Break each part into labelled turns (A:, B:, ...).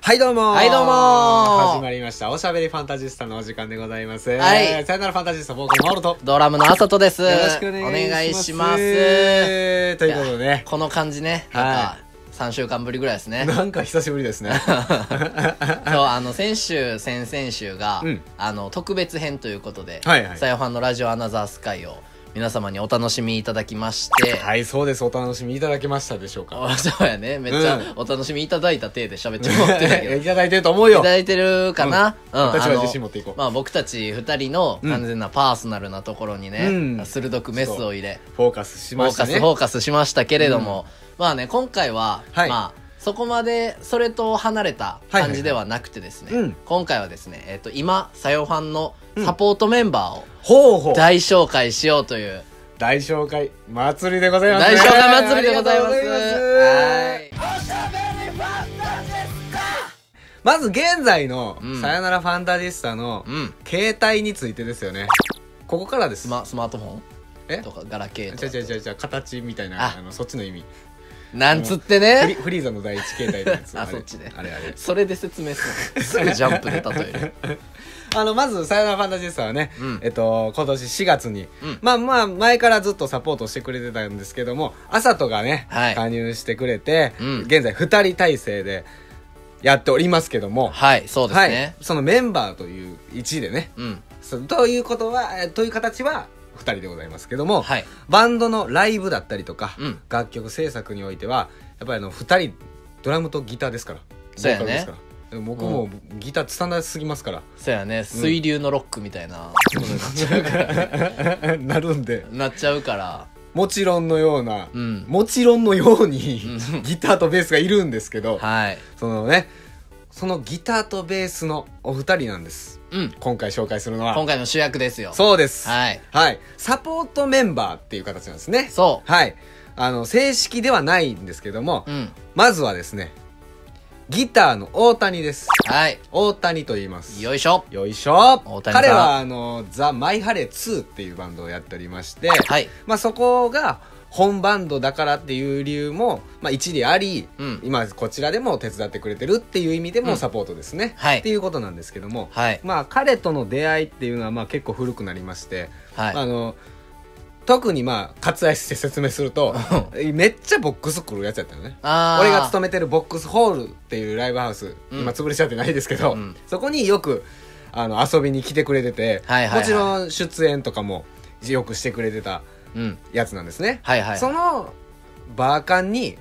A: はいどうも
B: はいどうもー
A: 始まりました。おしゃべりファンタジスタのお時間でございます。
B: はい
A: さよならファンタジスタ、ボーカルマオルと。
B: ドラムのあさとです。
A: よろしくお願いします。
B: お願いし
A: ということで
B: ます
A: ね。
B: この感じね、
A: はい
B: なんか3週間ぶりぐらいですね。
A: なんか久しぶりですね。
B: そう、あの、先週、先々週が、
A: うん
B: あの、特別編ということで、
A: はいはい
B: さよファンのラジオアナザースカイを皆様にお楽しみいただきまして、
A: はい、そうです。お楽しみいただけましたでしょうか。
B: あそうやね、めっちゃ
A: うん
B: お楽しみいただいた体で喋っちゃおうってたけど。
A: い
B: い
A: ただいてると思うよ
B: た。だいてるかな、
A: うん
B: うん
A: 私は
B: あの
A: 自信持っていこう
B: まあ僕たち二人の完全なパーソナルなところにね、
A: うん
B: 鋭くメスを入れ、
A: フォーカスし
B: フォ
A: ま
B: ー
A: し
B: カ
A: た
B: ス、
A: ね。
B: フォーカスしましたけれども、まあね今回は、
A: はい
B: まあそこまでそれと離れた感じではなくてですね、
A: はいはいはいうん
B: 今回はですね、えっと今さよファンのサポートメンバーを
A: ほうほう。
B: 大紹介しようという、
A: 大紹介祭りでございます
B: 大
A: ね。
B: 紹介祭りでございます
A: ありがとうございます
B: は
A: まず現在の
B: う、ん
A: さよならファンタジスタの
B: い、うん
A: 携帯についてですよね。ここからです
B: ス。マスマートフォン
A: え
B: とかガラケー
A: ちゃち
B: とか
A: ゃちゃちゃ形みたいな
B: あ
A: あのそっちの意味
B: なんつって
A: フリ
B: ね
A: フリーザの第一形態のやつ
B: あ
A: れ
B: そっちね
A: あれあれ
B: それで説明するのすぐジャンプで例 える
A: あのまず「さよならファンタジスタ」はね、
B: うん
A: えっと今年4月に、
B: うん
A: まあまあ前からずっとサポートしてくれてたんですけどもあさとがね、
B: はい
A: 加入してくれて、
B: うん
A: 現在2人体制でやっておりますけども
B: はいそうです
A: は
B: ね
A: い、、そのメンバーという1位でね
B: うん
A: そということはえという形は2人でございますけども、
B: はい
A: バンドのライブだったりとか、
B: うん
A: 楽曲制作においてはやっぱりあの2人ドラムとギターですから
B: そうやね
A: ボーカルですからでも僕もギターつたなすぎます から、
B: そうやね水流のロックみたいな、
A: なるんで
B: なっちゃうから
A: もちろんのような、
B: うん
A: もちろんのように、ギターとベースがいるんですけど、
B: はい
A: そのねそのギターとベースのお二人なんです
B: うん
A: 今回紹介するの
B: 今
A: は
B: 回の主役ですよ
A: そうです
B: はい
A: はい、サポートメンバーっていう形なんですね
B: そ
A: はいあの正式ではないんですけども、
B: ううん
A: まずはですね、ギターの大谷です。
B: はい
A: 大谷と言います。よ
B: よいしょ
A: いしょ
B: 大谷さん
A: 彼はあの、ザ・マイハレ2っていうバンドをやっておりまして、
B: はい
A: まあそこが本バンドだからっていう理由も、まあ一理あり、
B: うん
A: 今こちらでも手伝ってくれてるっていう意味で
B: う
A: も
B: ん
A: サポートですね。
B: はい
A: っていうことなんですけども、
B: はい
A: まあ彼との出会いっていうのはまあ結構古くなりまして、
B: はい
A: あの、特にまあ割愛して説明すると、めっちゃボックス来るやつやったのね。
B: あー
A: 俺が勤めてるボックスホールっていうライブハウス、
B: うん
A: 今潰れちゃってないですけど、
B: うん
A: そこによくあの遊びに来てくれてて、
B: はいはいはい
A: もちろん出演とかもよくしてくれてた
B: うん
A: やつなんですね、
B: はいはい
A: そのバーカンに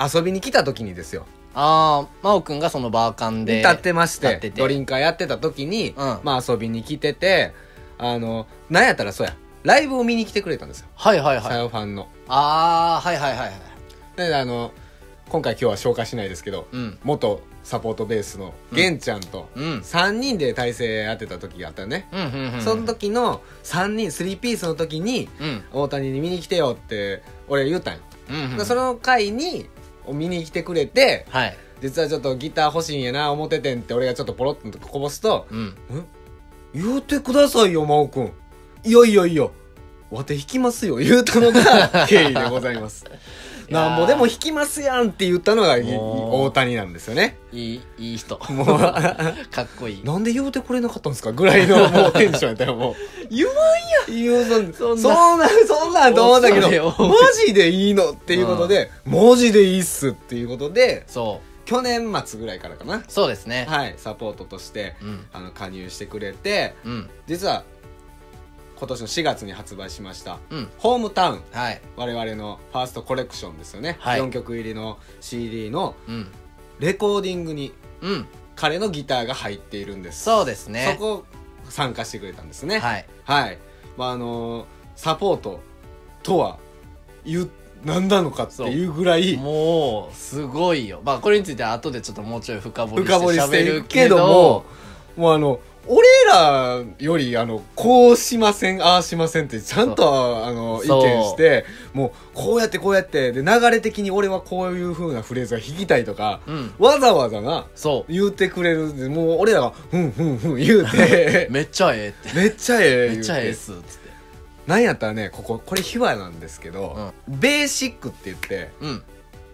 A: 遊びに来た時にですよ
B: ああ真央くんがそのバーカンで
A: 立ってまして
B: 立ってて
A: ドリンカーやってた時に、
B: うん
A: まあ、遊びに来ててあのなんやったらそうやライブを見に来てくれたんですよ
B: はいはい
A: さ
B: はい
A: よファンの。
B: ああはいはいはいはい
A: であの今回今日は紹介しないですけど、
B: うん
A: 元サポートベースの玄ちゃんと
B: うん
A: 3人で体制やってた時があったね、
B: うんうんうん
A: その時の3人3ピースの時に
B: うん
A: 大谷に見に来てよって俺言うたんよ、
B: うんうん
A: でその回に見に来てくれて
B: はい
A: 実はちょっとギター欲しいんやな思っててんって俺がちょっとポロッとこぼすと
B: うん
A: 「言うてくださいよ真央くんいやいやいやわて弾きますよ」言うたのが経緯でございます
B: いやー
A: なんぼでも弾きますやんって言ったのがい
B: もう
A: 大谷なんですよね
B: いいいい人 か
A: もう
B: っこいい
A: なんで言うてくれなかったんですかぐらい のもうテンションやったよ、もう。
B: 言わ
A: 言うそん
B: んな
A: そんな、そんなんと思ったけど
B: 恐れ、多い
A: マジでいいのっていうことで、マジでいいっすっていうことで、
B: そ
A: 去年末ぐらいからかな
B: う。そうですね
A: はい、サポートとして、
B: うん
A: あの、加入してくれて、
B: うん
A: 実は、今年の4月に発売しました、
B: うん
A: ホームタウン、
B: はい
A: 我々のファーストコレクションですよね。
B: はい
A: 4曲入りの CD の
B: うん
A: レコーディングに
B: うん
A: 彼のギターが入っているんです。
B: そうですね
A: そこ参加してくれたんですね。
B: はい
A: はい。まああのーサポートとは言う何なのかっていうぐらい
B: もうすごいよまあこれについては後でちょっともうちょい深掘り
A: 深掘り
B: し
A: してて
B: 喋
A: る
B: るけ
A: けど
B: ど
A: も、もうあの俺らよりあのこうしませんああしませんってちゃんとあの意
B: そう
A: 見してもうこうやってこうやってで流れ的に俺はこういう風なフレーズが弾きたいとか、
B: うん
A: わざわざな
B: そ
A: 言うてくれるんでもう俺らが「ふんふんふん」言うて
B: う めっちゃええって
A: めっちゃええ言うて
B: めっちゃええっすっつって
A: なんやったらねこここれ秘話なんですけど、ベーシックって言って
B: うん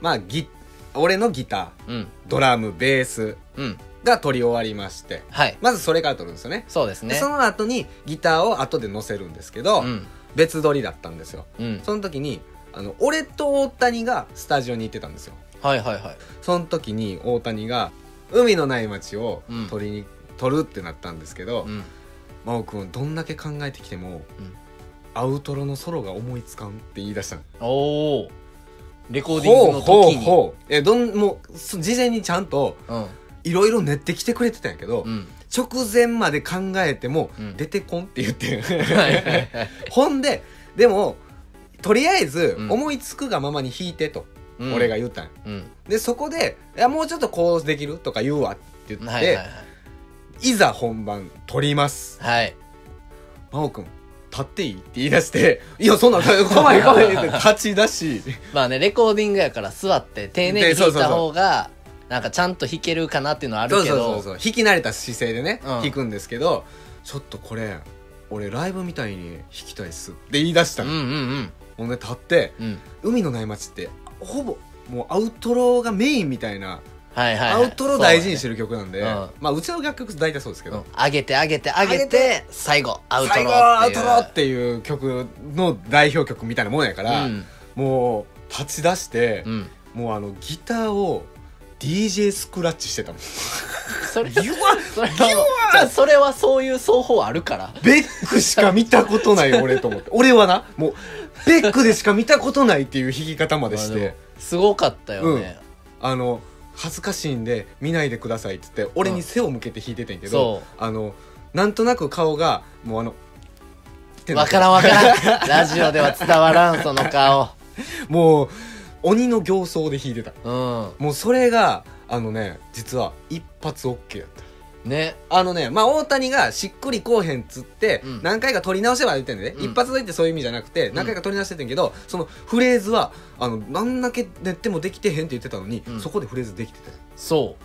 A: まあギ俺のギター
B: うん
A: ドラムベース
B: うん
A: が取り終わりまして
B: はい
A: まずそれから取るんですよね
B: そうです
A: で
B: ね
A: その後にギターを後で乗せるんですけど、
B: うん
A: 別撮りだったんですよ
B: うん
A: その時にあの俺と大谷がスタジオに行ってたんですよ
B: はいはいはい
A: その時に大谷が海のない街を
B: うん
A: 撮りに、撮るってなったんですけど、
B: うん
A: 真央君どんだけ考えてきても、
B: うん
A: アウトロのソロが思いつかんって言い出したの
B: おおレコーディン
A: ほ
B: グ
A: う
B: の
A: ほう
B: 時に
A: ほうえどんもうす事前にちゃんと
B: うん
A: いろいろ練ってきてくれてたんやけど、
B: うん
A: 直前まで考えても、
B: うん
A: 出てこんって言ってん
B: はいはいはい
A: ほんででもとりあえず
B: うん
A: 思いつくがままに弾いてと、
B: うん
A: 俺が言ったんや
B: うん
A: でそこで「いやもうちょっとこうできる?」とか言うわって言って、
B: はいいはい
A: ざ本番撮ります
B: はいはい
A: 真央君立っていいって言い出して「いやそ んな来ない来ない」って立ち出し
B: まあねレコーディングやから座って丁寧に弾いた方がなんかちゃんと弾けるかなっていうのはあるけど
A: そうそうそうそう弾き慣れた姿勢でね、
B: うん
A: 弾くんですけどちょっとこれ俺ライブみたいに弾きたいっすって言い出した
B: うん
A: の、
B: うん
A: ほんで立って
B: うんうん
A: 海のない街ってほぼもうアウトロがメインみたいな
B: はいはい、
A: ア
B: はい、
A: ウトロ大事にしてる曲なんで、
B: そうだね
A: まあうちの楽曲大体そうですけ
B: う
A: ど、
B: ん上げて上げて上げて
A: 上げて
B: 最後アウトロ
A: 最後アウトロっていう曲の代表曲みたいなもんやから、
B: うん
A: もう立ち出して
B: う、ん
A: もうあのギターを DJ スクラッチしてたもん
B: それ
A: ギュワッ
B: それはもうじゃあそれはそういう奏法あるから
A: ベックしか見たことない俺と思って 俺はなもうベックでしか見たことないっていう弾き方までし
B: まあで
A: て
B: もすごかったよね、
A: あの恥ずかしいんで見ないでくださいって言って俺に背を向けて弾いててんけど
B: そ、
A: あのなんとなく顔がもうあのってな
B: わ
A: って
B: からんわからん ラジオでは伝わらんその顔
A: もう鬼の形相で弾いてた
B: う
A: もうそれがあのね実は一発 OK だった
B: んね
A: あのねまあ大谷がしっくりこうへんっつって、
B: うん
A: 何回か取り直しては言ってんでね、
B: うん
A: 一発でってそういう意味じゃなくて
B: ん
A: 何回か取り直しててんけど、そのフレーズはあの何だけ練ってもできてへんって言ってたのに、
B: うん
A: そこでフレーズできてて
B: そ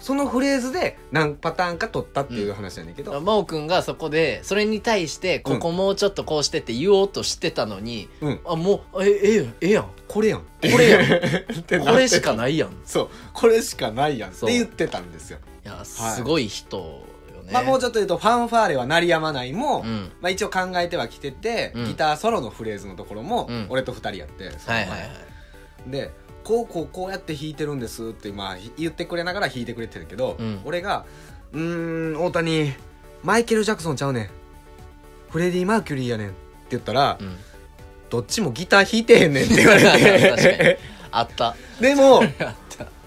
A: そのフレーズで何パターンか取ったっていう話やねんけ
B: う
A: ど、
B: 真央くんがそこでそれに対してここもうちょっとこうしてって言おうとしてたのに、
A: うん
B: あもうえええやんええやんこ
A: こ れやんこ
B: れやんこれし
A: か
B: かないやんい
A: そうこれしかないやんって
B: そう
A: 言ってたんですよ、
B: やすごい人よね、
A: まあもう
B: ち
A: ちょっと言うと「ファンファーレは鳴りやまないも」
B: うん
A: まあ、一応考えてはきてて、
B: うん
A: ギターソロのフレーズのところも
B: うん
A: 俺と2人やって、その前
B: はいはいはい
A: でこうこうこうやって弾いてるんですって、まあ、ひ言ってくれながら弾いてくれてるけど、
B: うん
A: 俺が「うーん大谷マイケル・ジャクソンちゃうねんフレディ・マーキュリーやねん」って言ったら、
B: うん
A: どっちもギター弾いてへんねん」って言われ
B: 確かに
A: て
B: あった
A: で も
B: あった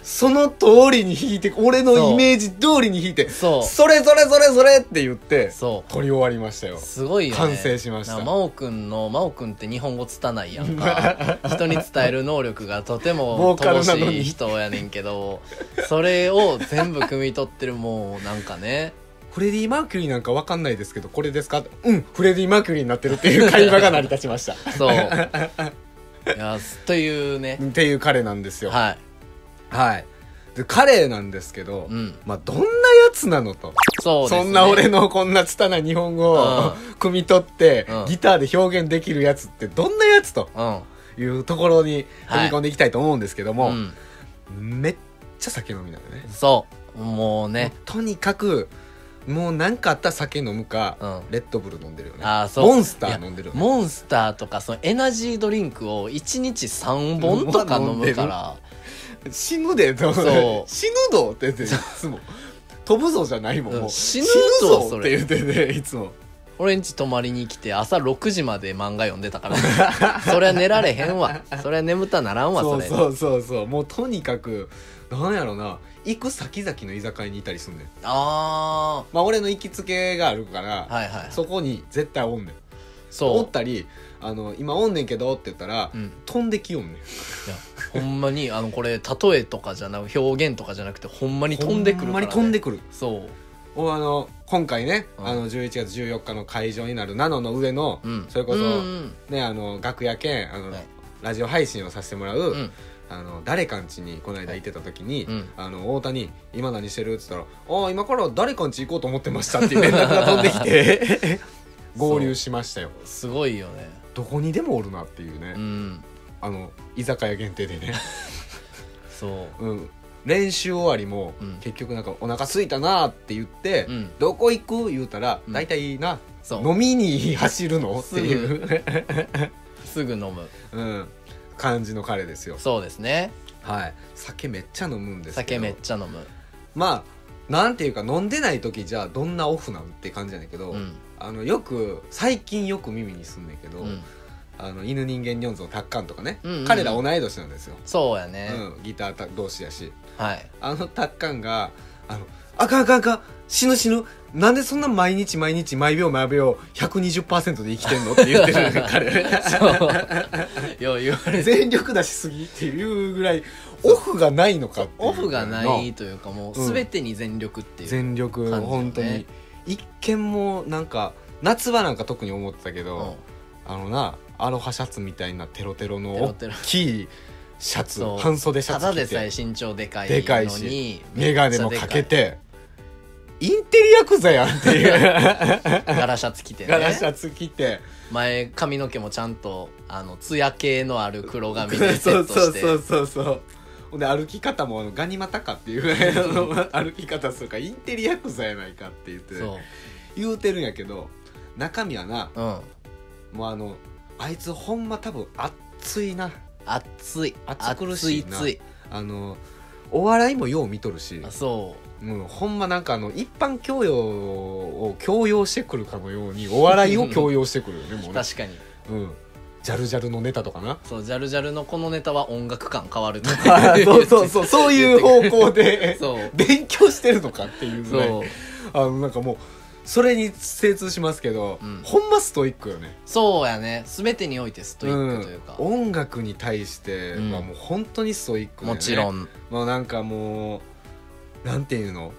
A: その通りに弾いて俺のイメージ通りに弾いて
B: そ
A: 「
B: う
A: それそれそれそれ」って言って
B: そ
A: 撮り終わりましたよ
B: うすごいよね
A: 完成しました
B: なんか真央くんの真央くんって日本語つないやんか人に伝える能力がとても
A: ボーカル
B: 乏
A: なのに
B: しい人やねんけどそれを全部汲み取ってるもうなんかね
A: フレディ・マーキュリーなんかわかんないですけどこれですかってうんフレディ・マーキュリーになってるっていう会話が成り立ちました っ
B: そういやすというね
A: ていう彼なんですよは
B: はい
A: い、で彼なんですけど、
B: うん
A: まあどんなやつなのと
B: そ
A: そ,、
B: うですね
A: んな俺のこんな拙い日本語を
B: う
A: 汲み取って、
B: うん
A: ギターで表現できるやつってどんなやつと
B: う
A: い
B: ん
A: うところに
B: はい
A: 踏み込んでいきたいと思うんですけども、
B: うん
A: めっちゃ酒飲みなのね
B: そうもうね
A: とにかくもう何かあったら酒飲むか、
B: うん
A: レッドブル飲んでるよね
B: あーそう
A: モンスター飲んでるよね
B: モンスターとかそのエナジードリンクを1日3本とか飲むから
A: 死ぬでと
B: そう
A: 死ぬぞって言っていつも飛ぶぞじゃないもん、
B: うん
A: もう
B: 死ぬぞ
A: 死ぬって言ってねいつも
B: 俺ん家泊まりに来て朝6時まで漫画読んでたから そりゃ寝られへんわそりゃ眠たならんわ
A: そ
B: そうれ
A: そうそうそうもうとにかくなんやろな行く先々の居酒屋にいたりすんねん
B: あ
A: まあ俺の行きつけがあるから、
B: あはいはいそ
A: そこに絶対おんねんおっ
B: う
A: たりあの今おんねんけどって言ったら、
B: うん
A: 飛んできよんねん
B: いやほんまにあのこれ例えとかじゃなく表現とかじゃなくてほんまに飛んでくる
A: ほん
B: か
A: ま
B: ら、
A: に
B: ね、
A: 飛んでくる
B: そう
A: おあの今回ね、
B: うん
A: あの11月14日の会場になるナノの上の、
B: うん
A: それこそ、
B: うん
A: ねあの楽屋兼あの、
B: はい
A: ラジオ配信をさせてもらう、
B: うん
A: あの誰かんちにこの間行ってた時に「
B: うん
A: あの太田に今何してる?」っつったら「ああ今から誰かんち行こうと思ってました」っていう連絡が飛んでき て合流しましたよ
B: すごいよね
A: どこにでもおるなっていうね、
B: うん
A: あの居酒屋限定でね
B: そ
A: うん、練習終わりも、
B: うん
A: 結局なんかお腹空いたなって言って、
B: ううん
A: どこ行く言うたら、
B: うん
A: 大体な
B: そう
A: 飲みに走るのっていう、
B: すぐ飲む
A: うん、感じの彼ですよ
B: そうですね
A: はい酒めっちゃ飲むんですけ
B: 酒
A: ど
B: めっちゃ飲む
A: まあなんていうか飲んでない時じゃあどんなオフなんって感じやねんけど、
B: うん
A: あのよく最近よく耳にすんねんけど、
B: うん
A: あの犬人間ニョンズのタッカンとかね、
B: うんうんうん
A: 彼ら同い年なんですよ、
B: そうやね
A: うん、ギター同士やし
B: はい
A: あのタッカンが「あのあかんあかんあかん死ぬ死ぬなんでそんな毎日毎日毎秒毎秒120%で生きてんの?」って言って る彼
B: そうよう言われて
A: 全力出しすぎっていうぐらいオフがないのかっていう
B: オフがないというかもう
A: うん
B: 全てに全力っていう
A: 全力、
B: 感じよね
A: 本当に一見もなんか夏場なんか特に思ってたけ
B: うん
A: ど、あのなアロハシャツみたいなテロテロの
B: テロテロ
A: 大きいシャツ
B: そう
A: 半袖シャ
B: た
A: ツ
B: だ
A: 着
B: で
A: て
B: さえ身長でかい
A: でかい
B: の
A: し
B: に
A: 眼鏡も
B: めっちゃ
A: か
B: でい
A: けてインテリヤクザやんって いう
B: ガラシャツ着てね
A: ガラシャツ着て
B: 前髪の毛もちゃんとあのツヤ系のある黒髪で セ
A: そう
B: ット
A: そう
B: して
A: そうそうそうほんで歩き方もあのガニ股か っていうぐらいの歩き方するからインテリヤクザやないかって言って
B: そう
A: 言うてるんやけど中身はな
B: うん
A: もうあのあいつほんま多分熱いな
B: 暑い
A: 暑苦しいな
B: 暑い
A: あのお笑いもよう見とるし
B: 暑いそ
A: もうほんまなんかあの一般教養を強要してくるかのようにお笑いを強要してく るよねもう
B: う
A: ね
B: 確かに
A: うんジャルジャルのネタとか な
B: そうジャルジャルのこのネタは音楽感変わるとか
A: そうそうそうそういう方向で
B: そう
A: 勉強してるのかっていうぐらい
B: そう
A: あのなんかもうそれに精通しますけど、
B: うん
A: ほんまストイックよね
B: そうやね全てにおいてストイックというか、
A: うん音楽に対して
B: うん
A: はもう本当にストイックだよ
B: も
A: ね
B: ちろん
A: もうなんかもうなんていうの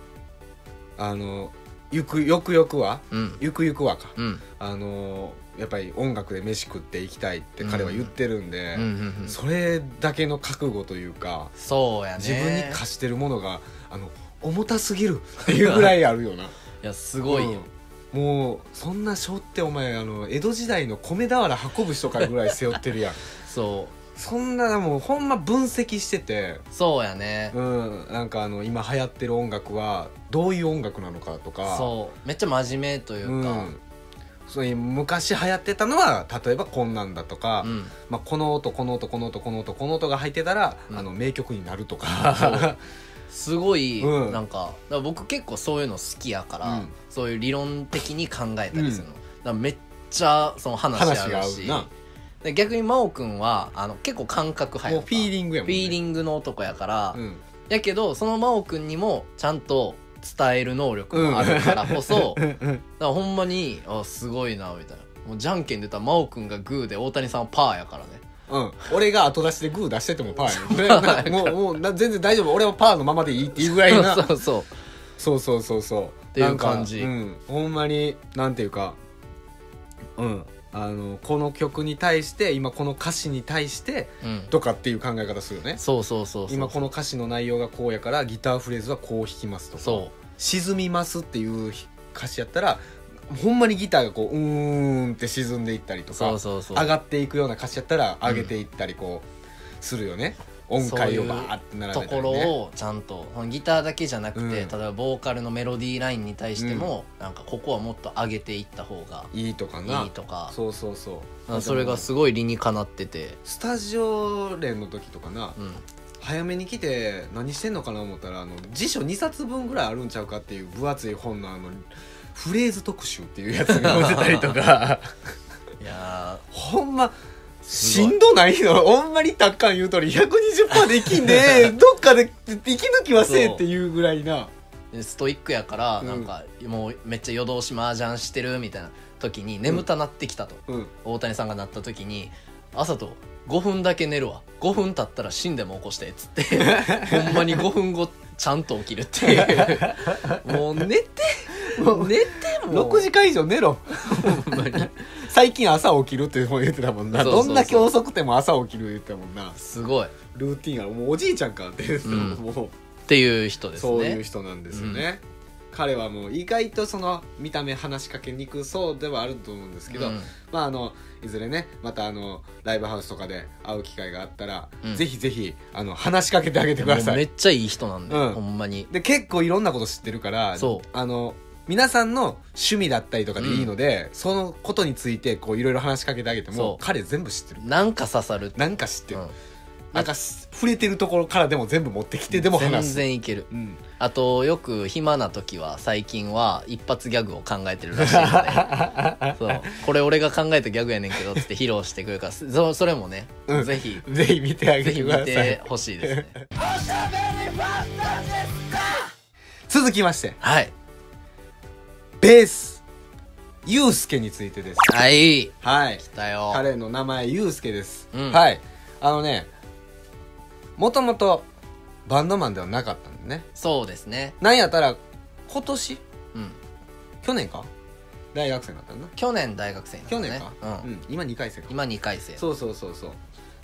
A: あのゆくよくよくは
B: うん
A: ゆくゆくはか
B: うん
A: あのやっぱり音楽で飯食っていきたいって彼は言ってるんで、
B: うんうんうん
A: それだけの覚悟というか
B: そうやね
A: 自分に課してるものがあの重たすぎるっていうぐらいあるよな
B: いやすごいよ、
A: うんもうそんな背負ってお前あの江戸時代の米俵運ぶ人かぐらい背負ってるやん
B: そう
A: そんなもうほんま分析してて
B: そうやね、
A: うん、なんかあの今流行ってる音楽はどういう音楽なのかとか
B: そうめっちゃ真面目といううか、
A: ん、そういう昔流行ってたのは例えばこんなんだとか、
B: うん
A: まあ、この音この音この音この音この音が入ってたら、
B: うん
A: あの名曲になると
B: そ
A: か
B: うすごい、
A: うん
B: なんかだから僕結構そういうの好きやから、
A: うん
B: そういう理論的に考えたりするの、だからめっちゃその話あ
A: 話が
B: る
A: 合
B: し
A: うな
B: で逆に真央君はあの結構感覚派
A: もう
B: や
A: フィーリングやもん
B: フ
A: ね
B: ィーリングの男やから、
A: うん
B: やけどその真央君にもちゃんと伝える能力もあるからこそ、
A: うんうん
B: だからほんまにあすごいなみたいなもうじゃんけん出たら真央君がグーで大谷さんはパーやからね
A: うん、俺が後出しでグー出しててもパーや ねもうもうな全然大丈夫俺はパーのままでいいっていうぐらいな
B: そうそう
A: そうそうそうそうって
B: いう感じ
A: うん、ほんまになんていうかうんあのこの曲に対して今この歌詞に対して
B: うん
A: とかっていう考え方するよね
B: そうそうそうそう
A: 今この歌詞の内容がこうやからギターフレーズはこう弾きますとか
B: そ
A: 沈みますっていう歌詞やったらほんまにギターがこううーんって沈んでいったりと
B: う
A: か
B: そうそうそう
A: 上がっていくような歌詞やったら上げていったりこうするよね、音階をバーって並
B: と
A: べた
B: こ
A: り
B: ろ
A: ね
B: をちゃんとそのギターだけじゃなくて、
A: うん
B: 例えばボーカルのメロディーラインに対しても、なんかここはもっと上げていった方が
A: いいとかない
B: いとか
A: そうそうそ
B: なん
A: う
B: かそれがすごい理にかなってて
A: スタジオ連の時とかな
B: うん
A: 早めに来て何してんのかな思ったらあの辞書2冊分ぐらいあるんちゃうかっていう分厚い本のあのフレーズ特集っていうやつが載ってたりと か
B: いや
A: ほんますし
B: ごい
A: んどないのほんまにたっかん言うとおり120%できん でどっかで息抜きはせえっていうぐらいな
B: ーでストイックやから
A: うん
B: なんかもうめっちゃ夜通し麻雀してるみたいな時に眠たなってきたと、
A: うん
B: 大谷さんがなった時に朝と5分だけ寝るわ5分経ったら死んでも起こしてっつって ほんまに5分後ちゃんと起きるっていう もう寝て
A: もう
B: 寝てもう
A: 6時間以上寝ろ
B: ほんまに
A: 最近朝起きるって言ってたもんな
B: そうそうそう
A: どんだけ遅くても朝起きる言ってたもんな
B: すごいっ
A: ルー ティンがもうおじいちゃんかって言ってたもん
B: うん
A: もう
B: ていう人ですね
A: そういう人なんですよね。彼はもう意外とその見た目話しかけにくそうではあると思うんですけど、
B: うん
A: まああのいずれねまたあのライブハウスとかで会う機会があったら、
B: うん
A: ぜひぜひあの話しかけてあげてくだ
B: もう
A: さ
B: め
A: い。
B: っちゃいい人なんで、
A: うん
B: ほんまに
A: で結構いろんなこと知ってるから
B: そう
A: あの皆さんの趣味だったりとかでいいので、そのことについてこういろいろ話しかけてあげて
B: そ
A: も
B: う
A: 彼全部知ってる。
B: なんか刺さる
A: なんか知ってる、
B: うん
A: なんかす触れてるところからでも全部持ってきてでも話
B: 全
A: す。
B: 然いける
A: うん、
B: あとよく暇な時は最近は一発ギャグを考えてるらしいです ねそうこれ俺が考えたギャグやねんけどっつって披露してくれるからそそれもね、
A: うん
B: ぜひ
A: ぜひ見てあげ
B: ぜひ
A: てく
B: 見
A: ださい。
B: てほしいですね
A: 続きまして
B: はい
A: ベースユうスケについてです
B: はい
A: はい
B: だよ
A: 彼の名前ユうスケです、
B: うん
A: はいあのねもともとバンドマンではなかったんでね
B: そうですね
A: なんやったら今年
B: うん
A: 去年か大学生になったんだ
B: 去年大学生になった
A: 去
B: ね
A: 年か、
B: う
A: うんん今2回生か
B: 今2回生
A: そうそうそうそう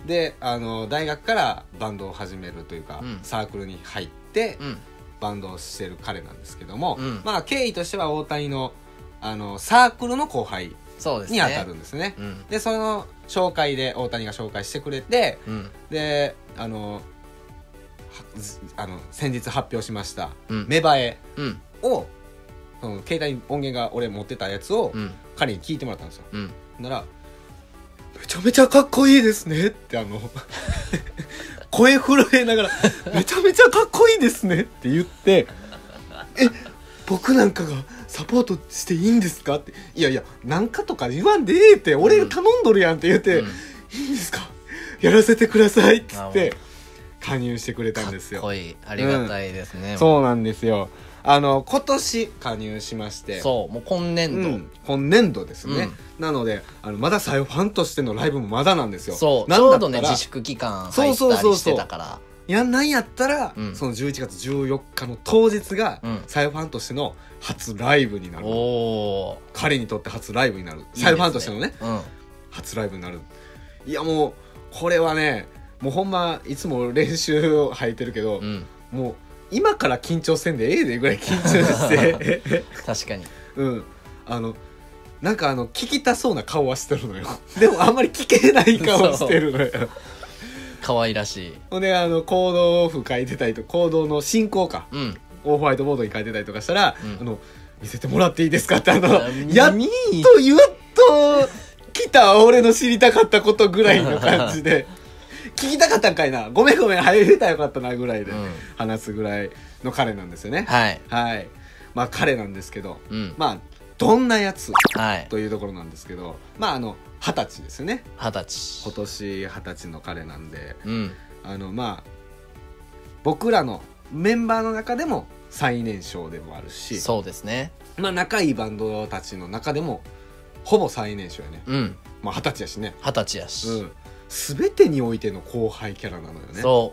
A: であの大学からバンドを始めるというか、
B: うん
A: サークルに入って、
B: うん
A: バンドをしてる彼なんですけども、
B: うん
A: まあ経緯としては大谷のあのサークルの後輩
B: そうですね
A: に当たるんですね。
B: うん
A: でその紹介で大谷が紹介してくれて
B: うん
A: であのはずあの先日発表しました
B: うん
A: 芽生え
B: うん
A: をその携帯に音源が俺持ってたやつを
B: うん
A: 彼に聞いてもらったんですよ。
B: うん
A: なら「めちゃめちゃかっこいいですね」ってあの 声震えながら「めちゃめちゃかっこいいですね」って言って「え僕なんかがサポートしていいんですか?」って「いやいやなんかとか言わんでええって俺が頼んどるやん」って言って「
B: うん
A: いいんですかやらせてください」っつ
B: あも
A: っ
B: う
A: て加入してくれたんです
B: かっ
A: よ。
B: こいいありがたいですね、
A: そうなんですよあの今年加入しまして
B: そうもう今年度、
A: うん、今年度ですね、なのであのまだ最後ファンとしてのライブもまだなんですよ
B: そう
A: な
B: ち
A: ん
B: ょ
A: だ
B: う
A: った
B: ど
A: ら
B: ね自粛期間
A: そ
B: 入
A: う
B: っ
A: そう
B: た
A: そうそう
B: りしてたから
A: やんなんやったら、
B: うん
A: その11月14日の当日が、
B: うん
A: サイファンとしての初ライブになる
B: おー
A: 彼にとって初ライブになる
B: いいですね
A: サイファンとしてのね
B: うん
A: 初ライブになるいやもうこれはねもうほんまいつも練習を履いてるけど、
B: うん
A: もう今から緊張せんでええでぐらい緊張して、
B: 確かに
A: うん、あのなんかあの聞きたそうな顔はしてるのよでもあんまり聞けない顔をしてるのよ
B: 可愛らしい
A: ほんであの行動譜書いてたりと行動の進行か
B: うん
A: をホワイトボードに書いてたりとかしたら、
B: うん
A: あの見せてもらっていいですかってあの
B: うん
A: やっと言うと来た俺の知りたかったことぐらいの感じ で聞きたかったんかいなごめんごめん入れたらよかったなぐらいで
B: うん
A: 話すぐらいの彼なんですよね、
B: はい
A: はいまあ彼なんですけど
B: うん
A: まあどんなやつ
B: はい
A: というところなんですけどまああの二十歳ですよね
B: 二十
A: 今年二十歳の彼なんで
B: 歳うん
A: あのまあ僕らのメンバーの中でも最年少でもあるし
B: そうですね
A: まあ仲いいバンドたちの中でもほぼ最年少やね
B: うん
A: まあ二十歳やしね
B: 二十歳やし、
A: うん全てにおいての後輩キャラなのよね
B: そ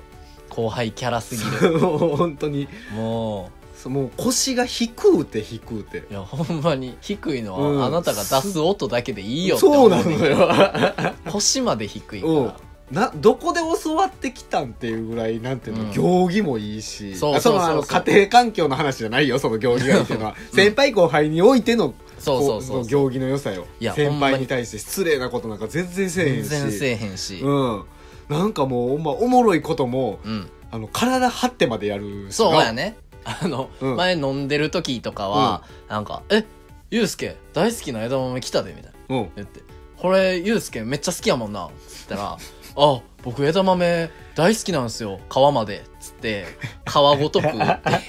B: う後輩キャラすぎ
A: う
B: る
A: もう本当に
B: も
A: そうもう腰が低うて低うて
B: ういやほんまに低いのは、
A: うん
B: あなたが出す音だけでいいよって
A: そ
B: 思
A: う
B: う
A: な
B: ね
A: の
B: ん
A: よ
B: 腰まで低いから、
A: うんなどこで教わってきたんっていうぐらいなんていうの、
B: うん
A: 行儀もいいし
B: そう
A: あその
B: そう
A: あ
B: そ
A: の
B: うそう
A: 家庭環境の話じゃないよその行儀がいいっていうのは、
B: うん
A: 先輩後輩においての
B: そうそう
A: こ
B: そう
A: の
B: そう
A: 行儀の良さよ
B: いや
A: 先
B: ほんまに
A: 輩に対して失礼なことなんか全然せえへ
B: 全
A: んし
B: 然せえへんし、
A: うん、なんかもうほんまおもろいことも
B: うん、
A: あの体張ってまでやるし
B: そう
A: な
B: やねあの、
A: うん
B: 前飲んでる時とかは、なんか「えゆうすけ大好きな枝豆来たで」みたいな
A: うん
B: 言って「これゆうすけめっちゃ好きやもんな」っつったら「あ僕枝豆大好きなんですよ皮まで」っつって皮ごと食 うって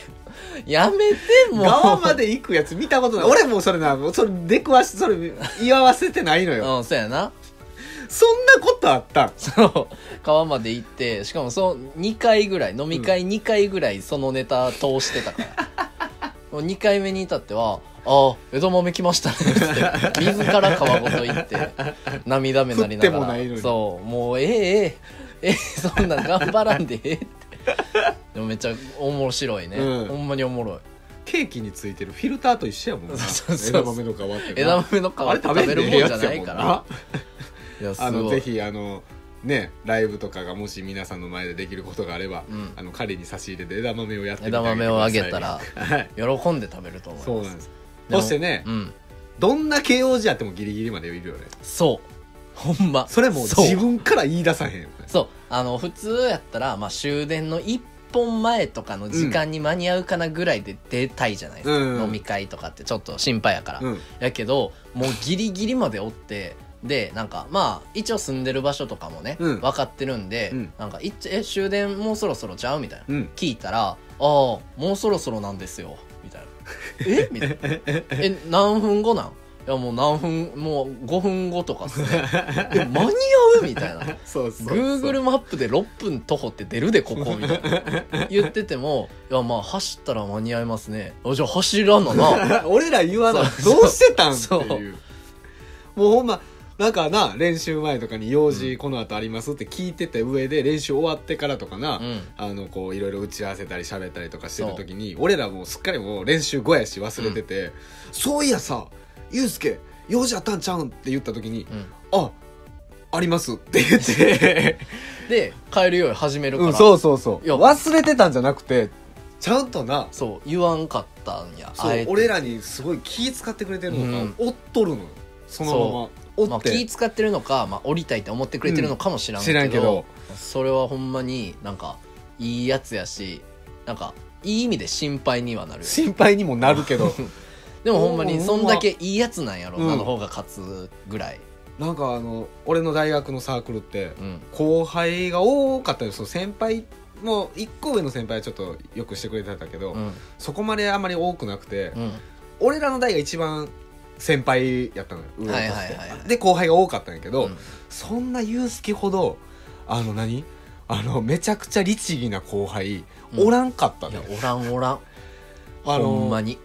B: やめてもう
A: 側まで行くやつ見たことない俺もそれなそれ出くわしそれ居合わせてないの
B: う
A: よ
B: んそうやな
A: そんなことあったん
B: そう皮まで行ってしかもその2回ぐらい飲み会2回ぐらいそのネタ通してたから、もう2回目に至っては「あ枝豆来ましたね」っつって自ら皮ごと行って涙目なりなが
A: 食ってもな
B: ら
A: いのに
B: そうもうええええええそんなん頑張らんでええってでもめっちゃ面白いね、
A: うん
B: ほんまにおもろい
A: ケーキについてるフィルターと一緒やもんな
B: そうそうそう
A: 枝豆の皮ってな
B: 枝豆の皮
A: あれ
B: 食べるもんじゃ
A: んで
B: な
A: ええ
B: い
A: やつやも
B: か
A: ん
B: らいやす
A: あの
B: ご
A: ぜ
B: い
A: ひあのねライブとかがもし皆さんの前でできることがあれば、
B: うん
A: あの彼に差し入れで枝豆をやってみて
B: 枝豆をあげたら
A: あげてくださいはい
B: 喜んで食べると思います
A: そうなんです
B: でも
A: そしてね、
B: うん
A: どんな形容詞やってもギリギリまでいるよね
B: そうほんま
A: それもう
B: そう
A: 自分から言い出さへん
B: そうあの普通やったら、まあ、終電の1本前とかの時間に間に合うかなぐらいで出たいじゃないですか、
A: うん
B: 飲み会とかってちょっと心配やから、
A: うん
B: やけどもうギリギリまでおってでなんかまあ一応住んでる場所とかもね、
A: うん
B: 分かってるんで、
A: うん
B: なんかいっえ終電もうそろそろちゃうみたいな、
A: うん
B: 聞いたら「ああもうそろそろなんですよ」みたいな「えみたいな「え何分後なん?」いやもう何分もう5分後とか っすねえ間に合うみたいな
A: そうそうそう
B: Google マップで6分徒歩って出るでここみたいな言ってても「いやまあ走ったら間に合いますね」あじゃあ走らん のな
A: 俺ら言わな
B: そ
A: ど
B: う
A: うしてたんって
B: そう
A: いうもうほんまなんかな練習前とかに用事この後ありますって聞いてた上で練習終わってからとかな、
B: うん
A: あのこういろいろ打ち合わせたり喋ったりとかしてる時に俺らもうすっかりもう練習後やし忘れてて、そういやさゆうすけ用事あったんちゃうんって言った時に
B: うん
A: 「ああります」って言って、
B: で帰 るより始めるから、
A: うん、
B: そう
A: そうそうそう
B: いや
A: 忘れてたんじゃなくてちゃんとな
B: 言わんかったんや
A: そう
B: あえて
A: 俺らにすごい気使ってくれてるのか、追っとるのよそのまま
B: ま
A: 追
B: あ、
A: って、
B: 気使ってるのか、まあ、降りたいって思ってくれてるのかもしらんけ
A: 知
B: ど,、
A: らんけど
B: それはほんまになんかいいやつやしなんかいい意味で心配にはなるよ
A: 心配にもなるけ ど
B: でもほんま
A: う
B: に
A: ん
B: そんだけいいやつなんやろ
A: うん
B: なの方が勝つぐらい、
A: なんかあの俺の大学のサークルって
B: うん
A: 後輩が多かったよその先輩もう一個上の先輩はちょっとよくしてくれてたけど、
B: うん
A: そこまであまり多くなくて、
B: うん
A: 俺らの代が一番先輩やったのよ上として、
B: はいはいはいはい
A: で後輩が多かったんやけど、
B: うん
A: そんなユうスケほどあの何あのめちゃくちゃ律儀な後輩、
B: うん
A: おらんかった
B: い
A: の
B: や
A: よ
B: おらんおらん
A: あの
B: ほんまに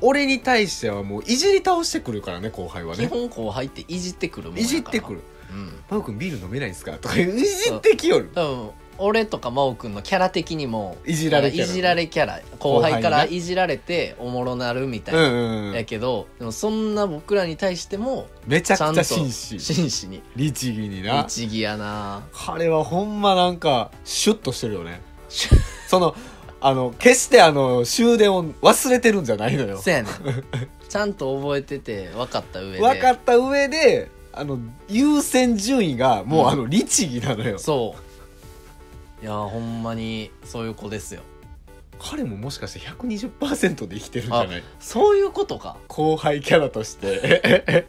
A: 俺に対してはもういじり倒してくるからね後輩は
B: 基
A: ね
B: 本後輩っていじってくるもんや
A: い
B: から
A: じってくる
B: うん
A: 「真央君ビール飲めないんすか?」とか言ういじってきよる
B: 多分俺とか真央君のキャラ的にも
A: いじられキャラ
B: いじられキャラ後輩か
A: 後
B: ら
A: 輩に
B: いじられておもろなるみたい
A: うん
B: な、
A: うんう
B: や
A: ん
B: けどでもそんな僕らに対しても
A: めちゃ
B: ちゃ
A: く
B: ん
A: ち
B: と
A: ゃ紳士
B: 真摯に
A: 律儀にな
B: 律儀やな
A: 彼はほんまなんかシュッとしてるよねそのあの決してあの終電を忘れてるんじゃないのよ
B: そやねんちゃんと覚えてて分かった上で
A: 分かった上であの優先順位がもうあの律儀なのよ、
B: そういやほんまにそういう子ですよ
A: 彼ももしかして120%で生きてるんじゃない
B: そういうことか
A: 後輩キャラとして、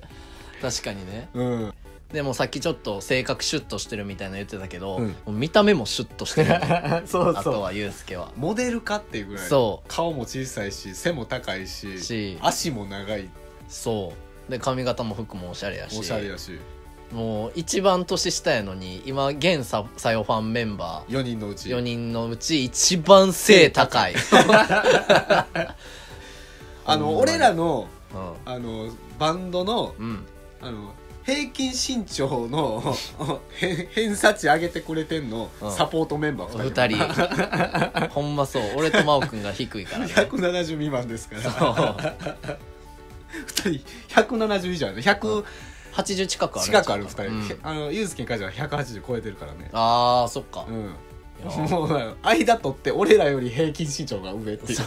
B: 確かにね
A: うん、
B: でもさっきちょっと性格シュッとしてるみたいなの言ってたけど、
A: うん
B: もう見た目もシュッとしてる
A: そう
B: あ
A: そ
B: と
A: う
B: はユうスケは
A: モデルかっていうぐらい
B: そ
A: 顔も小さいし背も高いし
B: うし
A: 足も長い
B: そうで髪型も服もおしゃれやし
A: おしゃれやし
B: もう一番年下やのに今現ささよファンメンバー
A: 4人のうち
B: 4人のうち一番背 高い、
A: あの俺らの
B: うん
A: あのバンドの
B: うん、
A: あの平均身長の 偏偏差値上げてくれてんの
B: うん
A: サポートメンバー
B: 2
A: 2人
B: 人ほんまそう俺と真央君が低いか らね
A: 170未満ですから
B: そう
A: 2人170以上やね100
B: 80近くある
A: 近くある2人、
B: うん
A: あのユースケに関しては180超えてるからね
B: あーそっか
A: う、ん
B: いや
A: もう間取って俺らより平均身長が上っていう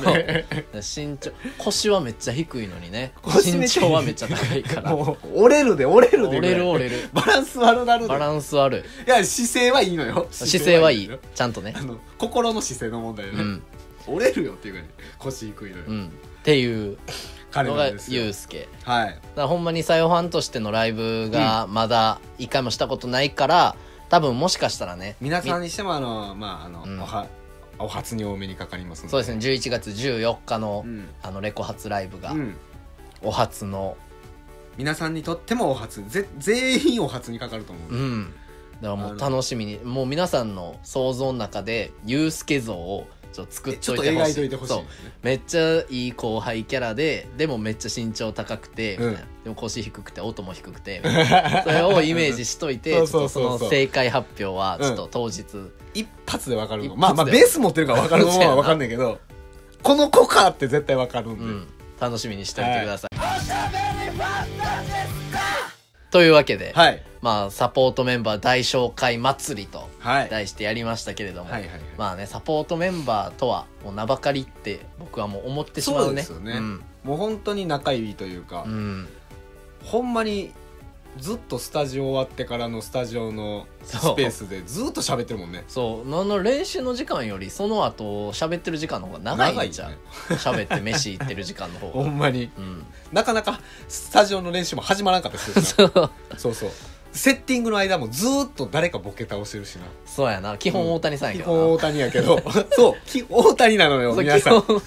A: ね
B: 身長腰はめっちゃ低いのにね
A: 腰め
B: 身
A: っちゃ低い
B: 長はめっちゃ高いから
A: もう折れるで折れるで
B: 折れる折れる
A: バランス悪なるで
B: バランス 悪い
A: いや姿勢はいいのよ
B: 姿勢はいい
A: のよ
B: ちゃんとね
A: あの心の姿勢の問題で
B: う
A: ね、
B: ん
A: 折れるよっていうぐらい腰低いのよ、
B: うんっていう
A: 彼
B: の
A: な
B: が
A: んです
B: ユ
A: よ
B: うスケ
A: はい
B: だからほんまにサヨファンとしてのライブがまだ一回もしたことないから多分もしかしたらね
A: 皆さんにしてもあのまああの、
B: うん
A: おはお初に多めにかかりますので
B: そうですね11月14日の,、
A: うん
B: あのレコ発ライブが、
A: うん
B: お初の
A: 皆さんにとってもお初ぜ全員お初にかかると思う、
B: うんだからもう楽しみにもう皆さんの想像の中でユうスケ像をちょっと作っ
A: ち
B: と
A: ょっ
B: い
A: と
B: てほ
A: 描
B: し
A: い
B: い
A: といてほしい
B: そ
A: ね、
B: うめっちゃいい後輩キャラででもめっちゃ身長高くて、みたいな
A: う
B: でも腰低くて音も低くてみたい なそれをイメージしといてち
A: そ
B: ょ
A: う
B: っ
A: そ
B: と
A: うそうそ
B: そ
A: う
B: の正解発表はちょっと当日、
A: 一発でわかる
B: 一
A: の
B: 発で
A: まあまあベース持ってるからわかるの
B: そうや
A: は
B: な
A: わかんないけどこの子かって絶対わかるんで、
B: うん、楽しみにしておいてください。というわけで、
A: はい
B: まあ、サポートメンバー大紹介祭りと
A: はいはい
B: 題してやりましたけれども、
A: はいはい
B: まあね、サポートメンバーとは、もう名ばかりって僕はもう思ってしまうね。
A: そうですよね
B: ん
A: もう本当に仲いいというか、
B: うん。
A: ほんまにずっとスタジオ終わってからのスタジオのス
B: そう
A: ペースでずっと喋ってるもんね
B: そう、あの練習の時間より、その後、喋ってる時間の方が長いんじゃん
A: よ。ね
B: 喋、って飯行ってる時 間の方
A: ほ
B: が。
A: んまに
B: うん。
A: なかなかスタジオの練習も始まらんかったでするしな
B: そう
A: そうそうセッティングの間もずーっと誰かボケ倒してるしな
B: そうやな。基本大谷さんや
A: 基
B: け
A: 本
B: ど
A: 大谷やけ どそうき大谷なの
B: な。
A: よ
B: そう
A: 皆さん
B: 基本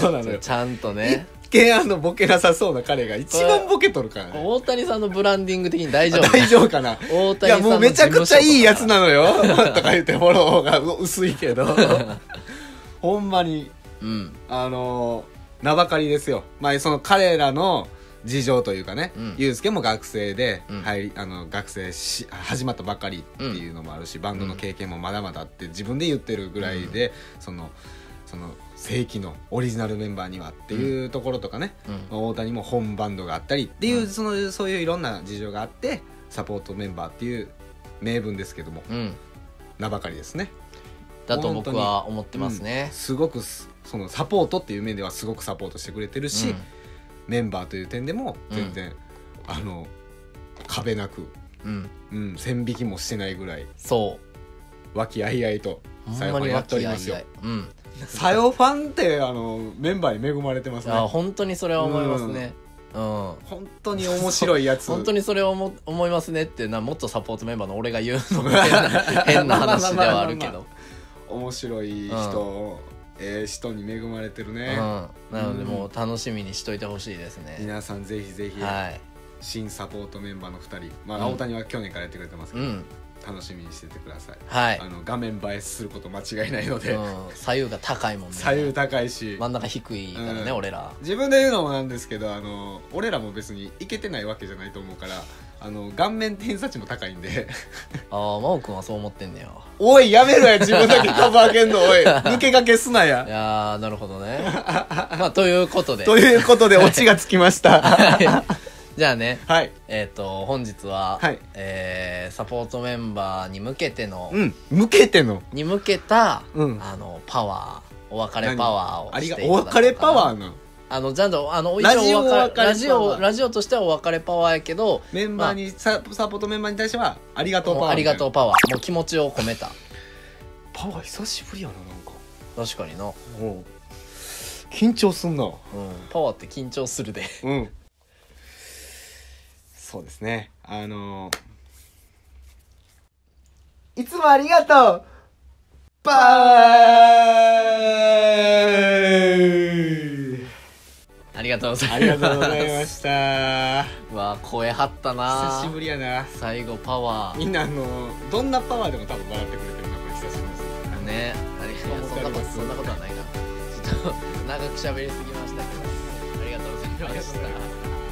A: そうなのよ
B: ちゃん とね。
A: 一見あのボケなさそうな彼が一番ボケとるからね
B: 大谷さんのブランディング的に大丈夫。
A: 大丈夫かな
B: 大
A: い
B: 谷
A: や
B: さんの
A: もうめちゃくちゃいいやつ
B: 事務所とか
A: なのよとか言ってフォローが薄いけどほんまに
B: うん
A: あのー名ばかりですよまあその彼らの事情というかね
B: うん
A: ユうス、ケも学生で、
B: うん
A: 入りあの学生し始まったばかりっていうのもあるし、バンドの経験もまだまだあって自分で言ってるぐらいで、そのその正規のオリジナルメンバーにはっていうところとかね、
B: うん
A: まあ大谷も本バンドがあったりっていう、
B: うん
A: そのそういういろんな事情があってサポートメンバーっていう名分ですけども
B: うん
A: 名ばかりですね。
B: だと僕は思ってます
A: うん
B: ね、
A: すごくすそのサポートっていう面ではすごくサポートしてくれてるし、メンバーという点でも全然、あの壁なく、
B: うん、うん
A: うん、線引きもしてないぐらい
B: そ
A: 和気あいあいと
B: うほ
A: さ
B: ん
A: よ
B: ま
A: ファ
B: に
A: ンやってお
B: 脇
A: り
B: あ
A: ます
B: い
A: よ
B: あい。うん
A: さよファンってあのメンバーに恵まれてますね
B: あ本当にそれは思いますねうん、
A: 本当に面白いやつ
B: 本当にそれを思思いますねってなもっとサポートメンバーの俺が言うのも変な変な話ではあるけど、
A: 面白い人、ええ人に恵まれてる
B: う
A: ね
B: ん、、なのでもう楽しみにしといてほしいですね、
A: 皆さんぜひぜひ、
B: はい
A: 新サポートメンバーの2人、まあ、
B: うん
A: 青谷は去年からやってくれてますけ
B: う
A: ど、
B: ん
A: 楽しみにしててください、
B: はい
A: あの画面映えすること間違いないので、
B: うん、左右が高いもんね
A: 左右高いし、
B: 真ん中低いからね、
A: うん
B: 俺ら
A: 自分で言うのもなんですけどあの俺らも別にいけてないわけじゃないと思うからあの顔面偏差値も高いんで
B: ああ真央君はそう思ってんねや
A: おいやめろや自分だけカバー開けんのおい抜けがけすないや
B: やーなるほどねまあということで
A: ということでオチがつきました
B: じゃあね
A: はい
B: えっ、と本日は、
A: はい
B: えーサポートメンバーに向けての、
A: うん向けての
B: に向けた、
A: うん
B: あのパワーお別れパワーを
A: あり
B: し
A: が
B: てい
A: お別れパワーの
B: あのちゃんとあの
A: ラジオ
B: 一応お別
A: お
B: れ
A: 別れパワー
B: ラジオラジオとしてはお別れパワーやけど
A: メンバーにササポートメンバーに対してはありがとうパ
B: もう
A: ワー
B: ありがとう
A: う
B: パワーもう気持ちを込めた
A: パワー久しぶりやななんか
B: 確かにな、うん、
A: もう緊張すんな
B: パワーって緊張するで
A: うんそうですねあのいつもありがとうパー
B: ありがとうございます
A: ありがとうございました
B: う わ声張ったな
A: 久しぶりやな
B: 最後パワー
A: みんなあのどんなパワーでも多分笑ってくれてるなこれ久しぶりです
B: ねあれいや
A: そう思っ
B: そ
A: て
B: んな
A: おり
B: こと
A: ます
B: そんなことはないかちょっと長く喋りすぎましたけどありがとうございました